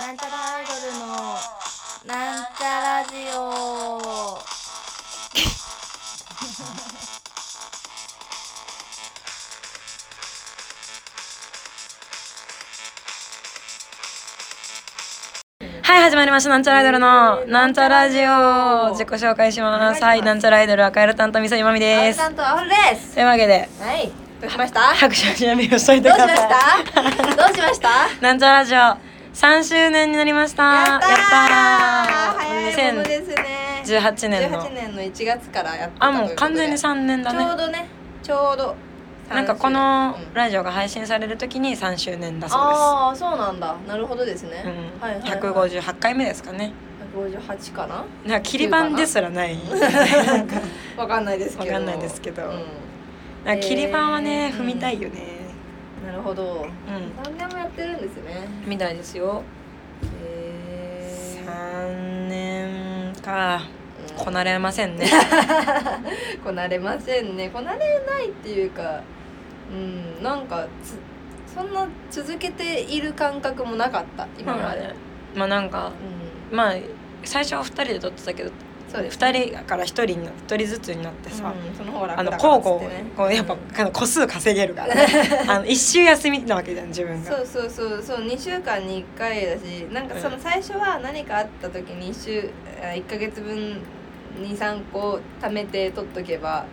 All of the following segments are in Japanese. なんちゃらアイドルのなんちゃラジオはい、始まりました。なんちゃらアイドルの、なんちゃラジオ。自己紹介します。はい、なんちゃらアイドル、赤色担当、みさゆまみあでおすさ。んとあおるですというわけで、はいどうしました拍手の準備をしといてどうくしまだしさたどうしましたい。なんちゃラジオ、3周年になりました。やったー早いもの2018ですね年の18。年の1月からやってたあ、というこもとでう完全に3年だちょうね。どねちょうどなんかこの30うんラジオが配信されるときに3周年だそうああそうなんだなるほどですね、です。うん、はいはい、はい、 158回目ですかね。 158かななんか切り板ですらない。わかんないですけどわかんないですけどうなんか切り板はね、えー踏みたいよね。ん、なるほどうん。何年もやってるんですねみたいですよ。へー三年か。こなれませ んね。うんこなれませんねこなれないっていうかうんなんかつそんな続けている感覚もなかった今まで、まあなんかうんまあ最初は二人で撮ってたけど、そうです二人から一人にな一人ずつになってさ。うんその方が楽あのだから交っつっ互てねこうやっぱうんあの個数稼げるからね あの一週休みなわけじゃん自分そがうそうそうそう2週間に1回だしなんかその最初は何かあった時に1週あ1ヶ月分23個貯めて取っとけば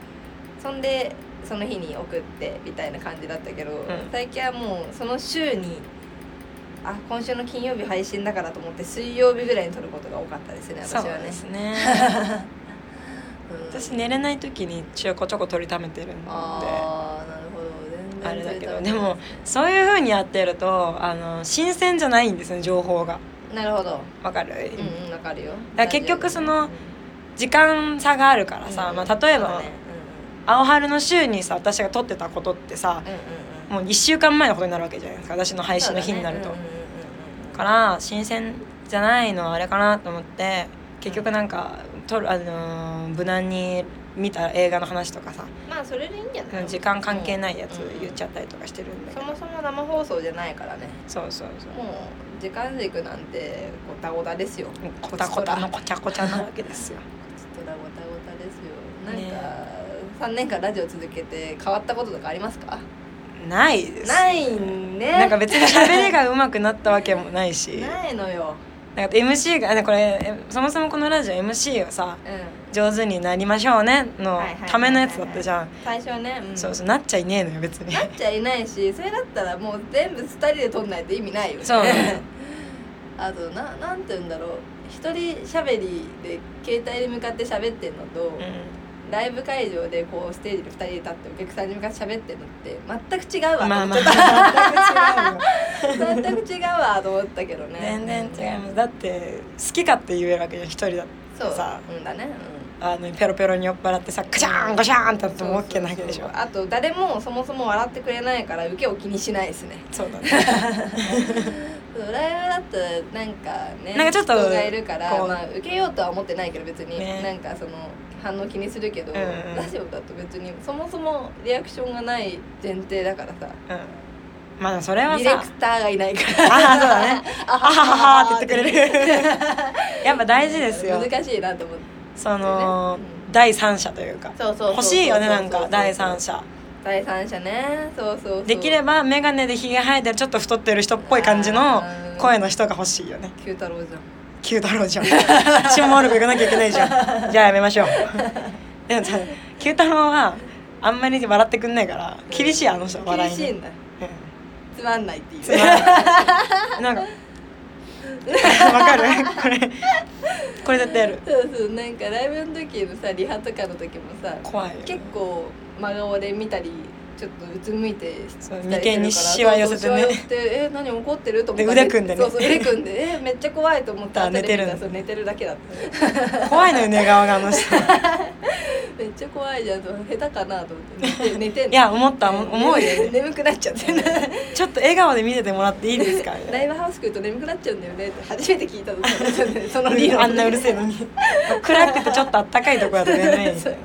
そんでその日に送ってみたいな感じだったけど、ん最近はもうその週にあ今週の金曜日配信だからと思って水曜日ぐらいに撮ることが多かったですね私そうはねですねうん 私寝れない時にちょこちょこ取りためてるんでああなるほど全然あれだけど撮れでたこともないすねそういう風にやってるとあの新鮮じゃないんですね情報がなるほどわかる、うんうんわかるよだから結局そのうん時間差があるからさ、うんまあ、例えそば、うだね青春の週にさ私が撮ってたことってさうんうんうんうんもう1週間前のことになるわけじゃないですか私の配信の日になると。そうだねうんうんうんうんから新鮮じゃないのはあれかなと思って結局なんか撮る、あのー無難に見た映画の話とかさまあそれでいいんじゃない、時間関係ないやつ言っちゃゃったりとかしてるんだけそど、もそも生放送じゃないからねそうそうそうもう時間軸なんてごたごたですよもうこたこたのこちゃこちゃなわけですよ。ちょっとごたごたですよなんねか、三3年間ラジオ続けて変わったこととかありますかないで すないねなんか別に喋りが上手くなったわけもないしないのよなんか MC があこれえそもそもこのラジオ MC をさうん上手になりましょうねのはいはいはいはいためのやつだったじゃん最初はね、うんそうそうなっちゃいねえのよ別になっちゃいないしそれだったらもう全部2人で撮んないと意味ないよねそうなのあとななんて言うんだろう一人喋りで携帯に向かって喋ってんのと、うライブ会場でこうステージで2人で立ってお客さんに向かって喋ってんのって全く違うんわまあまと思っちゃっあた全く違うわと思ったけどね 全然違いますだって好き勝手言えるわけじゃん一人だってそうさうんだね、うんあのペロペロに酔っ払ってさガシャーンガシャーンってなっても OK なわけでしそうょそうそうあと誰もそもそも笑ってくれないから受けを気にしないですねそうだねそうライブだとなんかねなんかちょっと人がいるからこうまあ、受けようとは思ってないけど別に、ねなんかその反応気にするけど、うんうんラジオだと別にそもそもリアクションがない前提だからさうんまあそれはディレさクターがいないからああそ うだねあはははって言ってくれる やっぱ大事ですよ難しいなと思ってそのう第三者というかそうそうそう欲しいよねなんそうそうそかう第三者第三者ねそうそうそうできれば眼鏡でひげ生えてるちょっと太ってる人っぽい感じの声の人が欲しいよね九太郎じゃん九太郎じゃん 下丸子行かなきゃいけない じゃんじゃあやめましょう でもさ九太郎はあんまり笑ってくんないから厳しいあの人笑いに厳しいんだうんつまんないっていうつまら ないなんか わかるこれこれ絶対やるそうそうなんかライブの時のさリハとかの時もさ怖いよ結構真顔で見たりちょっとうつむいてそうしたりするから眉間にしわ寄せそてねうそうしわ寄せてえ何怒ってると思ったで腕組んでねそうそう腕組んでえめっちゃ怖いと思ったあ寝てる後で見たらそう寝てるだけだった怖いのよ寝顔があ の人めっちゃ怖いじゃんと下手かなと思って寝て寝てんのいや思った思思うよね眠 眠くなっちゃって ねちょっと笑顔で見ててもらっていいです かみたラいイブハウス来ると眠くなっちゃうんだよねって初めて聞いた のそのその理由なあんなうるせえのに暗くてちょっとあったかいとこだと ねそう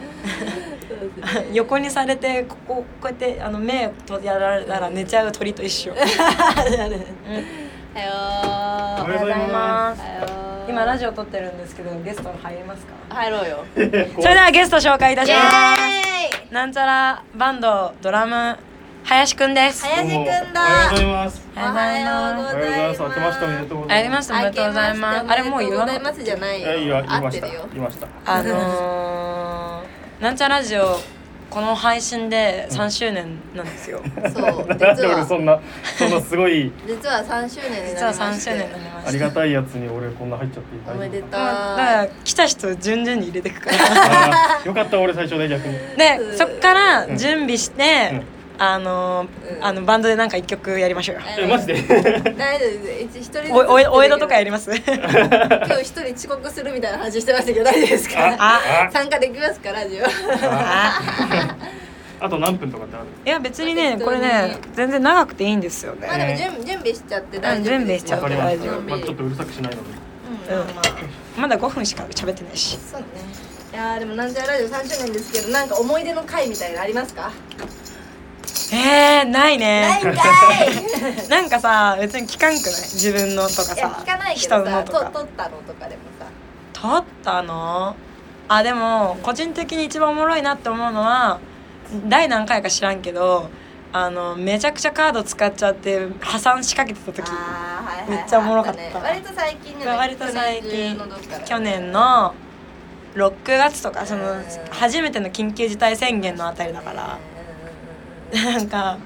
そうですね横にされてこここうやってあの目をとやられたら寝ちゃう鳥と一緒あるあるうはようおはようございますはよう今ラジオ撮ってるんですけどゲスト入りますか入ろうよそれでそれではゲスト紹介いたしまイエーイすなんちゃらバンドドラム林くんです林くんだおはようございます。おはようおごはようござざいますいます。明けましておめでとうござあいりま。ますすおめでとうございますあれもう言わあなりかがとうござっいますじゃないいよやいや言い合まっしてた。るよ言いました。たあのー、なんちゃラジオこの配信で3周年なんですよそう なんで実俺そはんなそんなすごい実は3周年に実なはりま3して周年になりましたありがたいやつに俺こんな入っちゃっていおめでとうまあだから来た人順々に入れてくからあーよかった俺最初で逆に。う でんそっから準備して、あのーうんあのバンドでなんか一曲やりましょうよえマジで。 大丈夫です一人ずつおおお江戸とかやります 今日一人遅刻するみたいな話してましたけど大丈夫ですかあ参加できますかラジオああと何分とかってある。いや別にね適当これにね全然長くていいんですよまあでねも準備準備しちゃって大丈夫ですよ準備しちゃわってかりま大し丈夫た。準まあ備ちょっとうるさくしないので。うんまあまあまだ5分しか喋ってないしそうねいやーでもなんちゃらラジオ3周年ですけどなんか思い出の回みたいなのありますかえー、ないないんか ねいなんかさ別に聞かんくない自分のとかいやさ聞かないけ人どのさとと撮かったのとかでもさ撮ったのあでも個人的に一番おもろいなって思うのは第何回か知らんけどあのめちゃくちゃカード使っちゃって破産しかけてた時あーはいはいはいめっちゃおもろかったあね割と最近じゃない割と最近去年のどっかだよね去年の6月とかそのうん初めての緊急事態宣言のあたりだからうなんか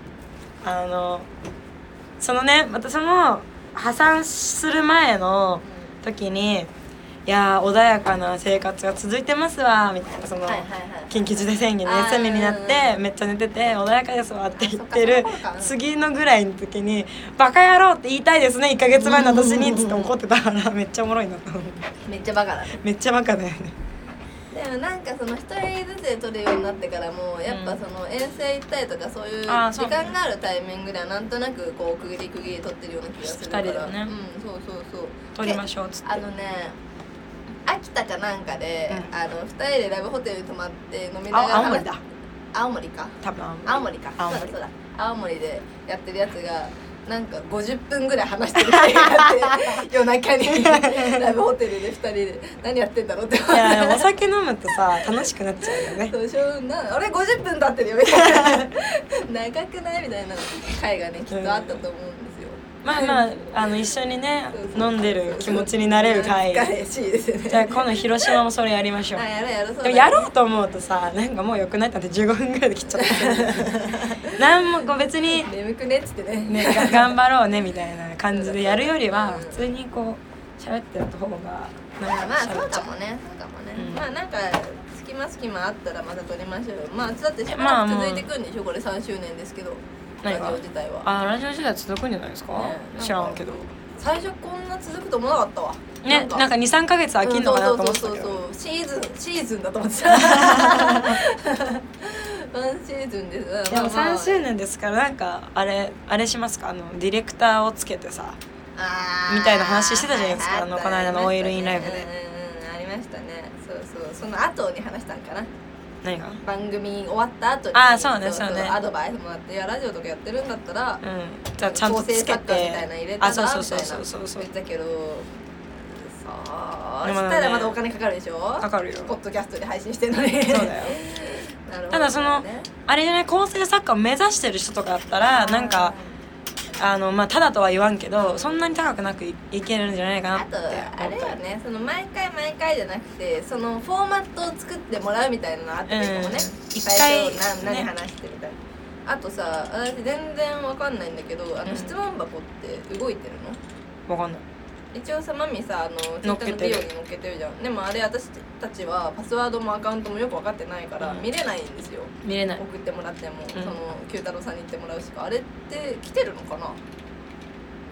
あのそのね私も破産する前の時に「いやー穏やかな生活が続いてますわ」みたいなそのんうんうんうんはいはいはい緊急事態宣言であー休みになっうんてめっちゃ寝てて「穏やかですわ」って言ってあそるっかそっかうん次のぐらいの時に「バカ野郎って言いたいですね1ヶ月前の私に」っつって怒ってたからめっちゃおもろいなと思ってめっちゃバカだねめっちゃバカだよね。でもなんかその一人ずつで撮るようになってからもうやっぱその遠征行ったりとかそういう時あーそうね間があるタイミングではなんとなくこう区切り区切り撮ってるような気がするから二人でねうんそうそうそう撮りまょしょうっつってあのね秋田かなんかで、うんあの二人でラブホテルに泊まって飲みながあら青森だ青森か多分青森青森か青森そうだそうだ青森でやってるやつがなんか50分ぐらい話してる回があって 夜中にラブホテルで2人で何やってんだろうって思っいやてお酒飲むとさ楽しくなっちゃうよねそうしょうなあれ50分経ってるよみたいな 長くないみたいな回がねきっとあったと思うんですよまあまああの一緒にねそうそう飲んでる気持ちになれる会懐かしいですよねじゃあ今度広島もそれやりましょうあやろうやろうそうだでねもやろうと思うとさなんかもうよくないだって15分ぐらいで切っちゃ ったなんもこう別に、眠くねっつってねね、が頑張ろうねみたいな感じでやるよりは普通にこう喋ってる方がまなあんまあかそ喋うっちかゃうもねそうかもね、うんまあなんか隙間隙間あったらまた撮りましょうよまあだってしばまらあくもう続いてくんでしょこれ3周年ですけどラ何ジがオ自体はあラジオ時代続くんじゃないですか、ね知らんけど最初こんな続くと思わなかったわねなんか23か月飽きんのかなと思ってたけうんどそうそうそうそうシーズンシーズンだと思 ってたワンシーズンですでもまあまあ3周年ですからなんかあれあれしますかあのディレクターをつけてさあーみたいな話してたじゃないですかはあのこの間のオイルインライブでありましたねうんうんうんありましたねそうそうその後に話したんかな何が番組終わった後にあーそうねそうねアドバイスもらっていやラジオとかやってるんだったら、うんじゃあちゃんとつ構け成作家みてたいなの入れたらあそうそうそうそうそうそう言ったけどさあでもねしたらまだお金かかるでしょかかるよポッドキャストで配信してるのに そうだよなるほどねただそのあれじゃない構成作家を目指してる人とかだったらなんかあのまあただとは言わんけどそんなに高くなくいいけるんじゃないかなあってとあ思れったよねその毎回毎回じゃなくてそのフォーマットを作ってもらうみたいなのあってもいいかもうんね一最回初な何ね話してみたいなあとさ私全然わかんないんだけどあうのん質問箱って動いてるのわかんない一応さマミさあのツイッ乗っタけーのてビるデオに載っけてるじゃんでもあれ私たちはパスワードもアカウントもよく分かってないからうん見れないんですよ、見れない送ってもらっても、んその九太郎さんに行ってもらうしかあれって来てるのかな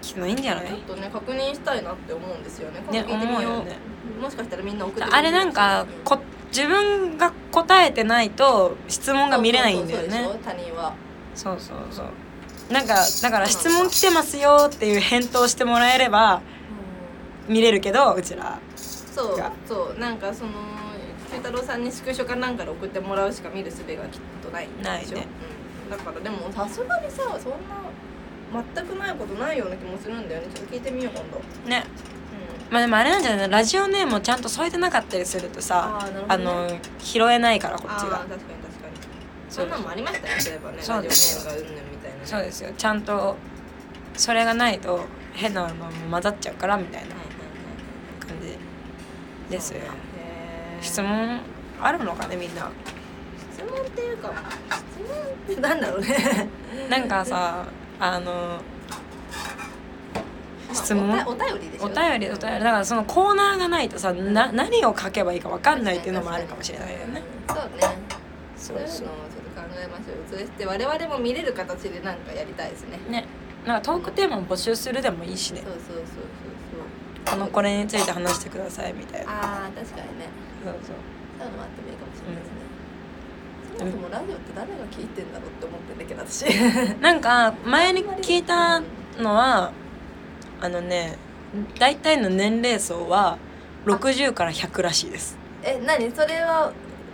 きないんじゃないちょっとね確認したいなって思うんですよねね今度聞いてみよう思うよねもしかしたらみんな送ってくれてるあれなんかこ自分が答えてないと質問が見れないんだよそうそうそねうそうでしょ他人はそうそうそうなんかだから質問来てますよっていう返答してもらえれば見れるけどうちらそうがそうなんかその九太郎さんにスクショかなんかで送ってもらうしか見る術がきっとないんでしょないねうん、だからでもさすがにさそんな全くないことないような気もするんだよねちょっと聞いてみよう今度、うん、ねまあでもあれなんじゃないラジオネームをちゃんと添えてなかったりするとさあーなるほあどねの拾えないからこあっちーが確かに確かにそそうんなんもありましたね例えばねそうラでジすオネームがうんぬんみたいなねそうですよちゃんとそれがないと変なのも混ざっちゃうからみたいなはいはいはい感じですよそうねへー質問あるのかねみんな質問っていうか質問ってなんだろうねなんかさあのまあ質問おたお便りでしょお便りお便りだからそのコーナーがないとさな何を書けばいいか分かんないっていうのもあるかもしれないよねそうねそそういううのをちそょっと考えましょうそして我々も見れる形でなんかやりたいですねうねなんかトークテーマを募集するでもいいしねそうそうそうそうそうこのこれについて話してくださいみたいなああ確かにねそうそうそういうのもあってもいいかもしれないですね、そもそもラジオって誰が聞いてんだろうって思ってんだけど私なんか前に聞いたのはあのね大体の年齢層は60から100らしいですえ何それは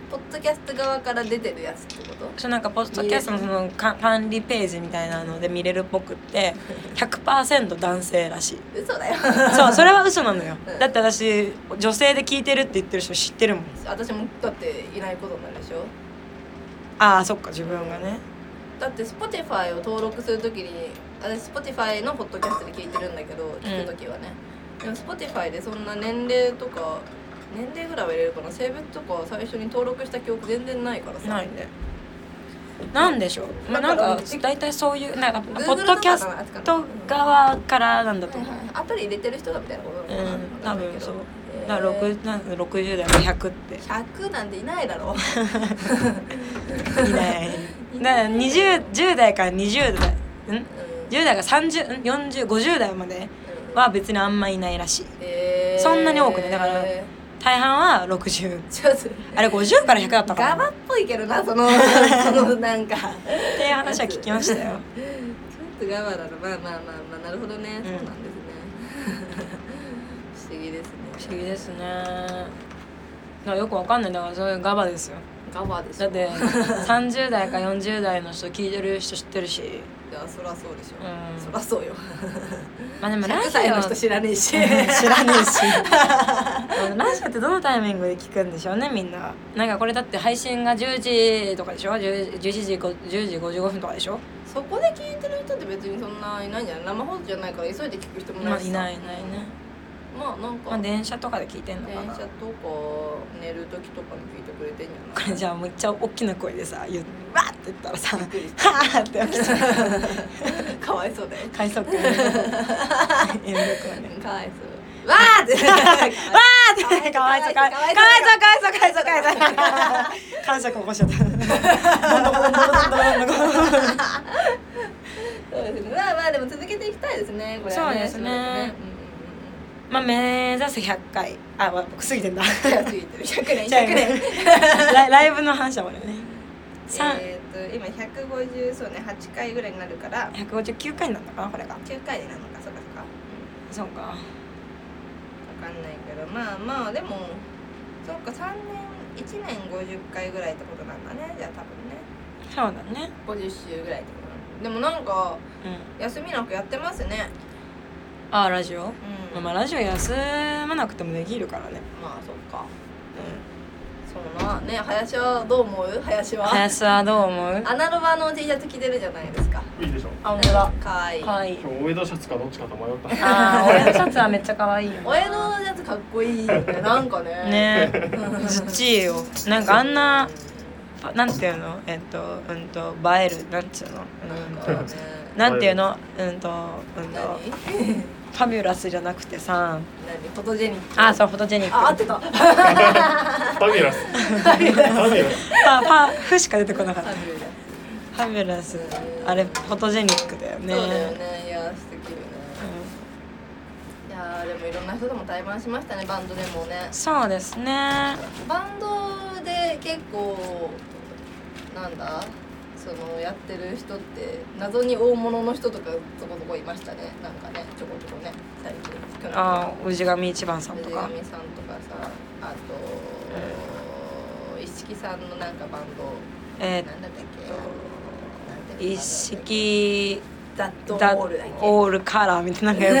ポッドキャスト側から出てるやつってことそうなんかポッドキャストのそのか管理ページみたいなので見れるっぽくって100%男性らしい嘘 だよそうそれは嘘なのようんだって私女性で聞いてるって言ってる人知ってるもん私もだっていないことになるでしょああそっか自分がねだって Spotify を登録するときに私 Spotify のポッドキャストで聞いてるんだけど聞くときはね、でも Spotify でそんな年齢とか年齢ぐらいは入れるかな性別とか最初に登録した記憶全然ないからさないねなんでしょう、まあ、なんか大体そういうなんか Google ポッドキャスとかトの側からなんだと思うアプリ入れてる人がみたいなことなのかなうんわかんないけど多分そうへーだから6なんか60代の100っ100なんていないだろうてい ないだから20 10代から20代んうん10代が304050代までは別にあんまいないらしいへー そんなに多くないだから大半は60ちょっとあれ50から100だったかガなバっっぽいけどなそ のそのなんかていう話は聞きましたちよょっとガバだろまあまあまあまあなるほどね、 んそうなんですね不思議ですね不思議ですねだからよくわかんないだからそういうガバですよガバでしょだって30代か40代の人聞いてる人知ってるしいやそらそうでしょ、うんそらそうよまあでもラ100ジ歳のオ人知らねえし知らねえし ラジオってどのタイミングで聞くんでしょうねみんななんかこれだって配信が10時とかでしょ 10, 11時こ10時55分とかでしょ そこで聞いてる人って別にそんないないんじゃない生放送じゃないから急いで聞く人もまなあいしいさないいないねまあなんか、まあ電車とかで聞いてんの電かな車とか寝る時とかに聞いてくれてんじゃこないれじゃあめっちゃ大きな声でさ言うわーって言ったら さ「はくりしーって起きちゃうかわいそうだよ快速 やめとこうやめとこうねかわいそうわーってわかわいそうかわいそうかわいそうかわいそうかわいそうかわいそうかわいそう感触起こしちゃった そうですね。まあまあでも続けていきたいですね。これはそうですねうまあ目指せ100回あ、まあ、僕過ぎてんだんうんうん。手がついてる。百年じゃあ百年。ライライブの話は俺ね三えーっと今百五十そうね八回ぐらいになるから159回になったかなこれが九回になるのかそうかそうか。わそうかかんないけどまあまあでもそうか三年一年五十回ぐらいってことなんだね。じゃあ多分ねそうだね五十週ぐらいってことなんだ。でもなんかうん休みなくやってますね。あラジオうまあん。まあラジオ休まなくてもできるからねまあそっか。そうなね林はどう思う？林は。林はどう思うアナロバの T シャツ着てるじゃないですか。いいでしょうあ本当だかわいい。かわいい今日お江戸シャツかどっちかと迷っ たあー俺のシャツはめっちゃかわいいよお江戸のやつかっこいいよね。なんかね。ねえずっちいよなんかあんななんていうのえっとうんと映えるなんていうの うなんんとかね。なんていうのうんとうん何と？ファミュラスじゃなくてさ何？フォトジェニック。あそうフォトジェニックあ合ってた。ファミュラスファミュラスあファフしか出てこなかったファミュラスあれフォトジェニックだよねそうだよね。いや素敵よね。いやーでもいろんな人とも対バンしましたね。バンドでもねうん。そうですねバンドで結構なんだ。そのやってる人って謎に大物の人とかそこそこいましたねなんかねちょこちょこね最近去年とかあー氏神一番さん藤と上さかんとかさあと一色さんのなんかバンドえなんだったっけなんていうのー一色ザットオザールだっけオールカラーみたいななんかよ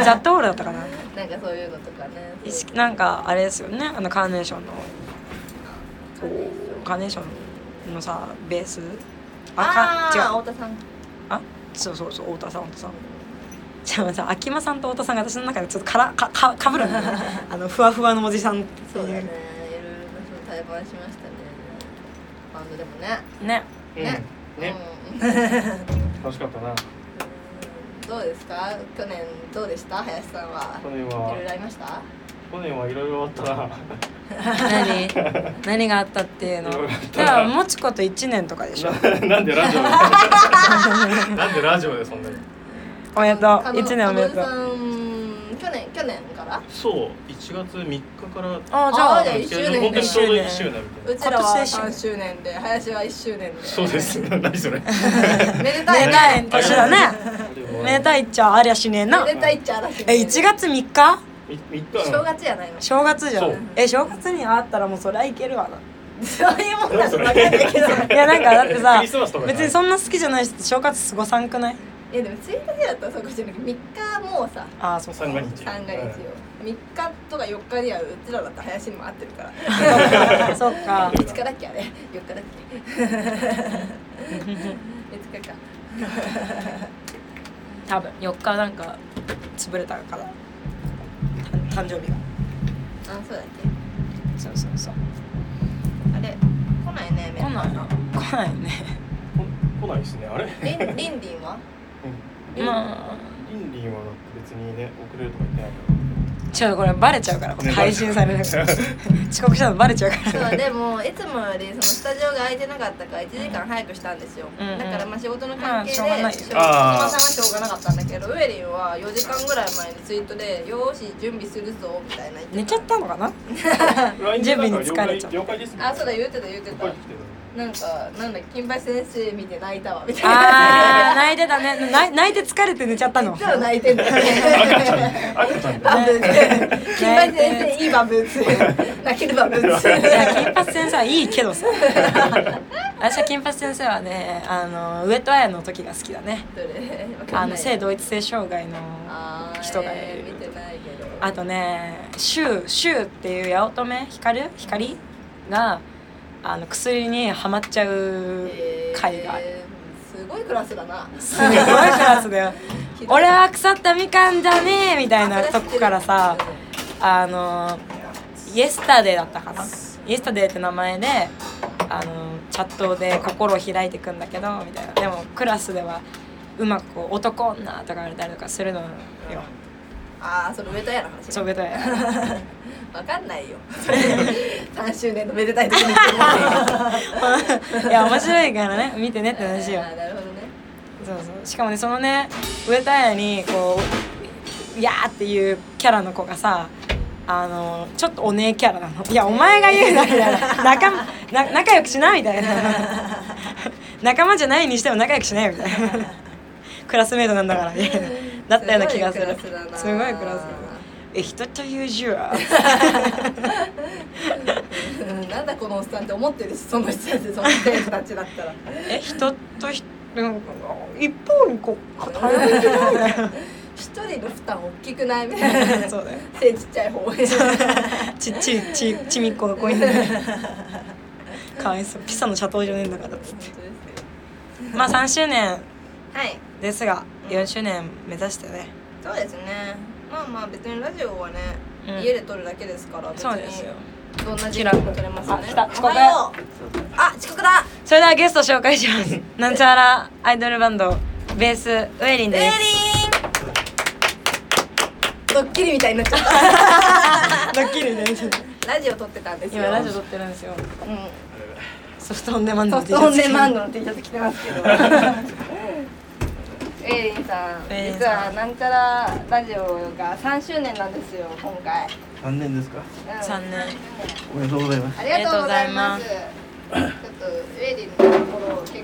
くザットオールだったかななんかそういうのとかね意識なんかあれですよねあのカーネーションのカーネーションのさベースああかあ違う太田さんあそうそうそう太田さん太田さんじゃあさ秋間さんと太田さんが私の中でちょっとからかかかぶるんだ よねあのふわふわのおじさんっていうそうだねいろいろな人と対バンしましたねバンドでもねねうんねねうん楽しかったなどうですか去年どうでした林さんは去い年ろいろはありました去年はいろいろあったな何 何があったっていうのいろいろあっじたなゃあもちこと1年とかで しょななんでラジオ でなんでラジオでそんなにおめでとうあの1年おめでとうあのさん去年去年からそう1月3日からあじあゃあじゃあ1周年本当にちょうど1 1周周年年みたいちうならは今年で3周年で林は1周年でそうです何 それめでたいねめでたい年だ ねめでいたいっちゃありゃしねえなめでたいっちゃ嵐え1月3日3日正月やないの正月じゃそんうえ正月に会ったらもうそりゃいけるわなそういうもん何だそとれ分かんないけど いやなんかだってさ クリスマスとかじゃ別ないにそんな好きじゃない人って正月過ごさんくないえでも1日だったらそうかもしれないけど3日もうさああそうか三が日三が日よ3日とか4日にはうちらだったら林にも会ってるから そう か5日だっけあれ4日だっけ5日か多分4日なんか潰れたからた誕生日があそうだっそうそうそうけあれ来ないねめ来ないな来ないねこ来ないですねあれリンリンリンは うんまあリンリンは別にね遅れるとか言ってないちょっとこれバレちゃうからこれ配信されるから 遅刻したのバレちゃうからそうでもいつもよりそのスタジオが空いてなかったから1時間早くしたんですよ、うんうんだからまあ仕事の関係で、まあしょう仕事さんがないよはしょうがなかったんだけどウエリンは4時間ぐらい前にツイートで「よーし準備するぞ」みたいな言って寝ちゃったのか なから準備に疲れちゃう了解ですあそうだ言ってた言って了た解ですなんかなんだ金八先生見て泣いたわみたいあなー泣いてたね泣い泣いて疲れて寝ちゃった のいつも泣いてんだよ赤ちゃねん赤ちゃんだバよブーツ金八先生いいバブーツ泣けるバブーツいや金八先生はいいけどさ私は金八先生はねあの上戸彩の時が好きだねどれわかあんなのい性同一性障害のあー人がいえるー見てないけどあとねシュウシュウっていう八乙女光光があの薬にはまっちゃう回がある、えーすごいクラスだなすごいクラスだよ俺は腐ったみかんじゃねえみたいなとこからさあのイエスタデーだったかなイエスタデーって名前であのチャットで心を開いていくんだけどみたいなでもクラスではうまくこう男女とか言われたりとかするのよああそのめでたいの話そういうことや わかんないよ3周年のめでたい時に言ってもらっていい いや面白いからね見てねって話よあーなるほどねそうそうしかもねそのね上田屋にこう「いやー」っていうキャラの子がさあのちょっとお姉キャラなの「いやお前が言うな」みたいな仲間な仲良くしなみたいな仲間じゃないにしても仲良くしないよみたいなクラスメイトなんだからみたいなだったような気がするすごいクラスだなすごいクラスえ人という字はうんなんだこのおっさんって思ってるしその人たちその生徒たちだったらえ人とひうん一方にこう偏ってる一人の負担大きくないみた いなそうだよ背ちっちゃい方ちちちちみっこがこういう のかわいそうピサの斜塔じゃねえんだからっつってまあ3周年はいですが4周年目指してねそうですねまあまあ別にラジオはね、うん家で撮るだけですから別にそうですよどんな時間も撮れますよねあ来たおはようあ遅刻だそれではゲスト紹介しますなんちゃらアイドルバンドベースウエリンウェリでンすドッキリみたいになっちゃっ ドッキリねたラジオ撮ってたんですよ今ラジオ撮ってるんですようんソフトオンデマンドソのフトオ T シャツンデマンドの T シャツ着てますけど エイリンさんエイリンさん実はなんちゃらラジオが3周年なんですよ今回、残念ですかうん3年おめでとうございますありがとうございますあちょっとウェイリンのところを結構グ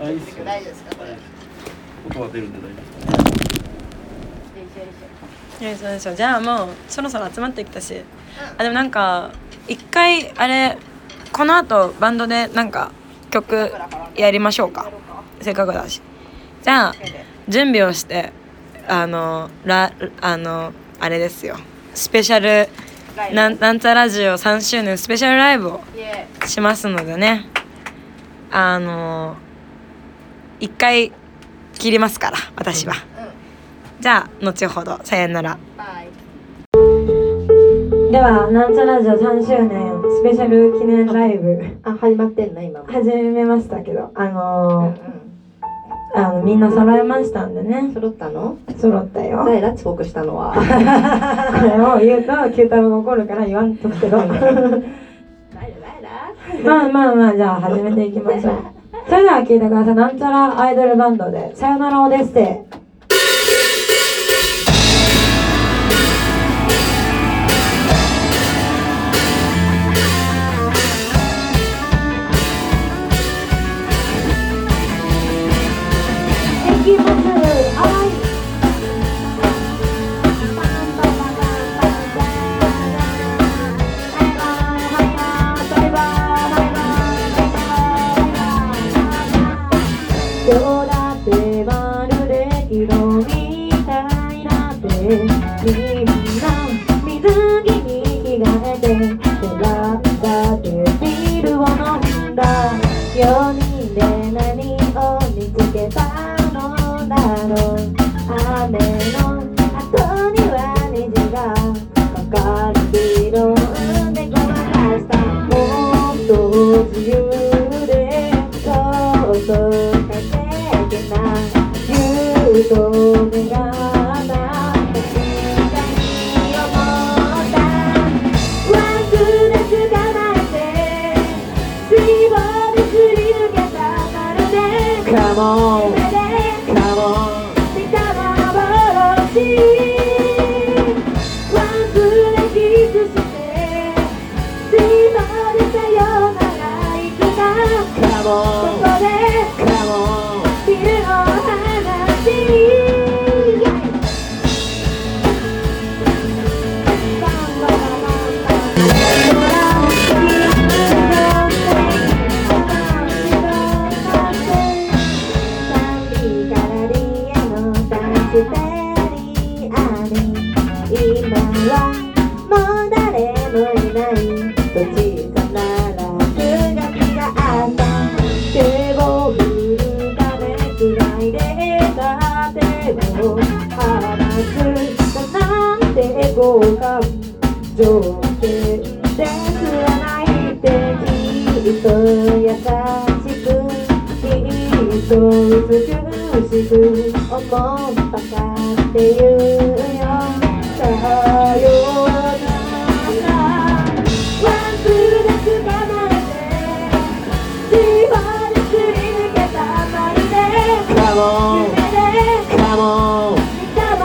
あいッいてっ切ってすよ大丈夫ですかこれよいし音は出るんで大丈夫ですょよいしいやそうでしょじゃあもうそろそろ集まってきたし、んあでもなんか一回あれこの後バンドでなんか曲やりましょうかせっかくだしじゃあトイレ準備をしてあのらあのあれですよスペシャルライブなんなんちゃラジオ3周年スペシャルライブをイエしますのでねあの一回切りますから私はーうじゃあ後ほどさよならんバイではなんちゃラジオ3周年スペシャル記念ライブあ始まってんな今始めましたけどあうんうのんあのみんな揃えましたんでね揃ったの揃ったよ誰だ遅刻したのはこれを言うと九太郎が怒るから言わんとくけど誰だ誰だまあまあまあじゃあ始めていきましょうそれでは聞いてくださいなんちゃらアイドルバンドで「さよならオデッセイ」できますはいどうだってまるで色みたいだってみんな水着に着替えて選んだってビールを飲んだ4人で何を見つけたのだろう雨の後には虹がかかる色でごまかしたもっと自由でそうそう稼げな言うと目がな確かに思った忘れつかないで水没すり抜けてまるで Come on Come on 見た幻忘れキスして水没さよならいつか Come on ここで Come on 昼を話し今はもう誰もいないどちさなら数学があった手を振るためつないでた手を離すなんて合格条件ですらないってきっと優しくきっと美しく思ったかっていうよさようなら忘れつかないで「自分にすり抜けたまるで」「カモン」「カモン」「見た幻」「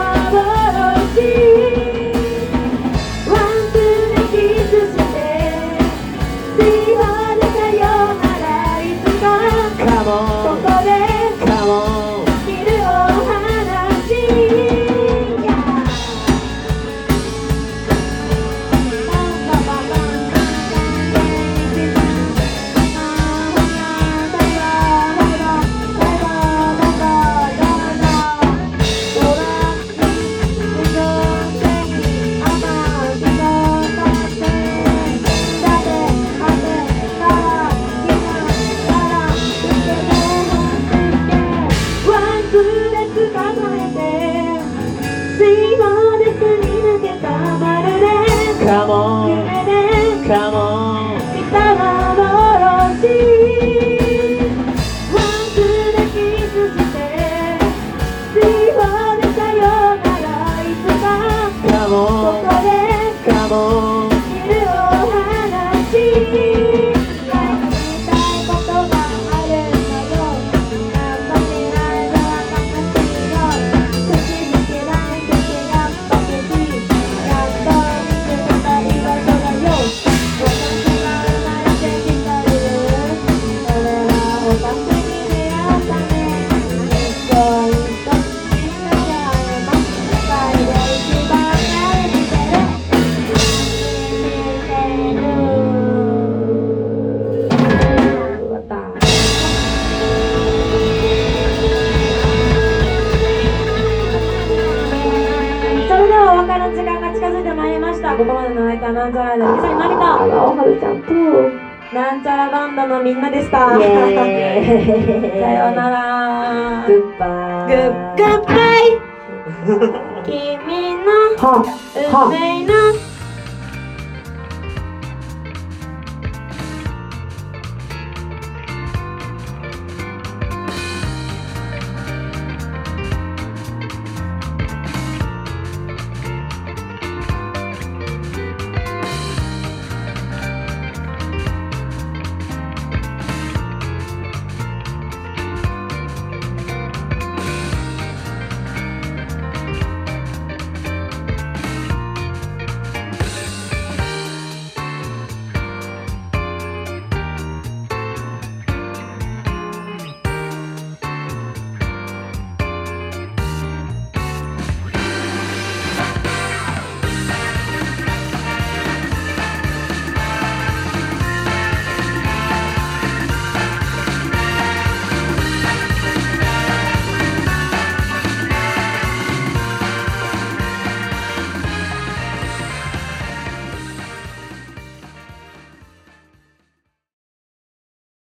ワンツーでキスして」「自分にさよならいつか」「カモン」「ここで」「カモン」「昼お話し」「ここまでのお相手はなんちゃらのみさにまりとのはるちゃんとなんちゃらバンドのみんなでした さイエーイようならグッバイグッグッバイ君のは運命の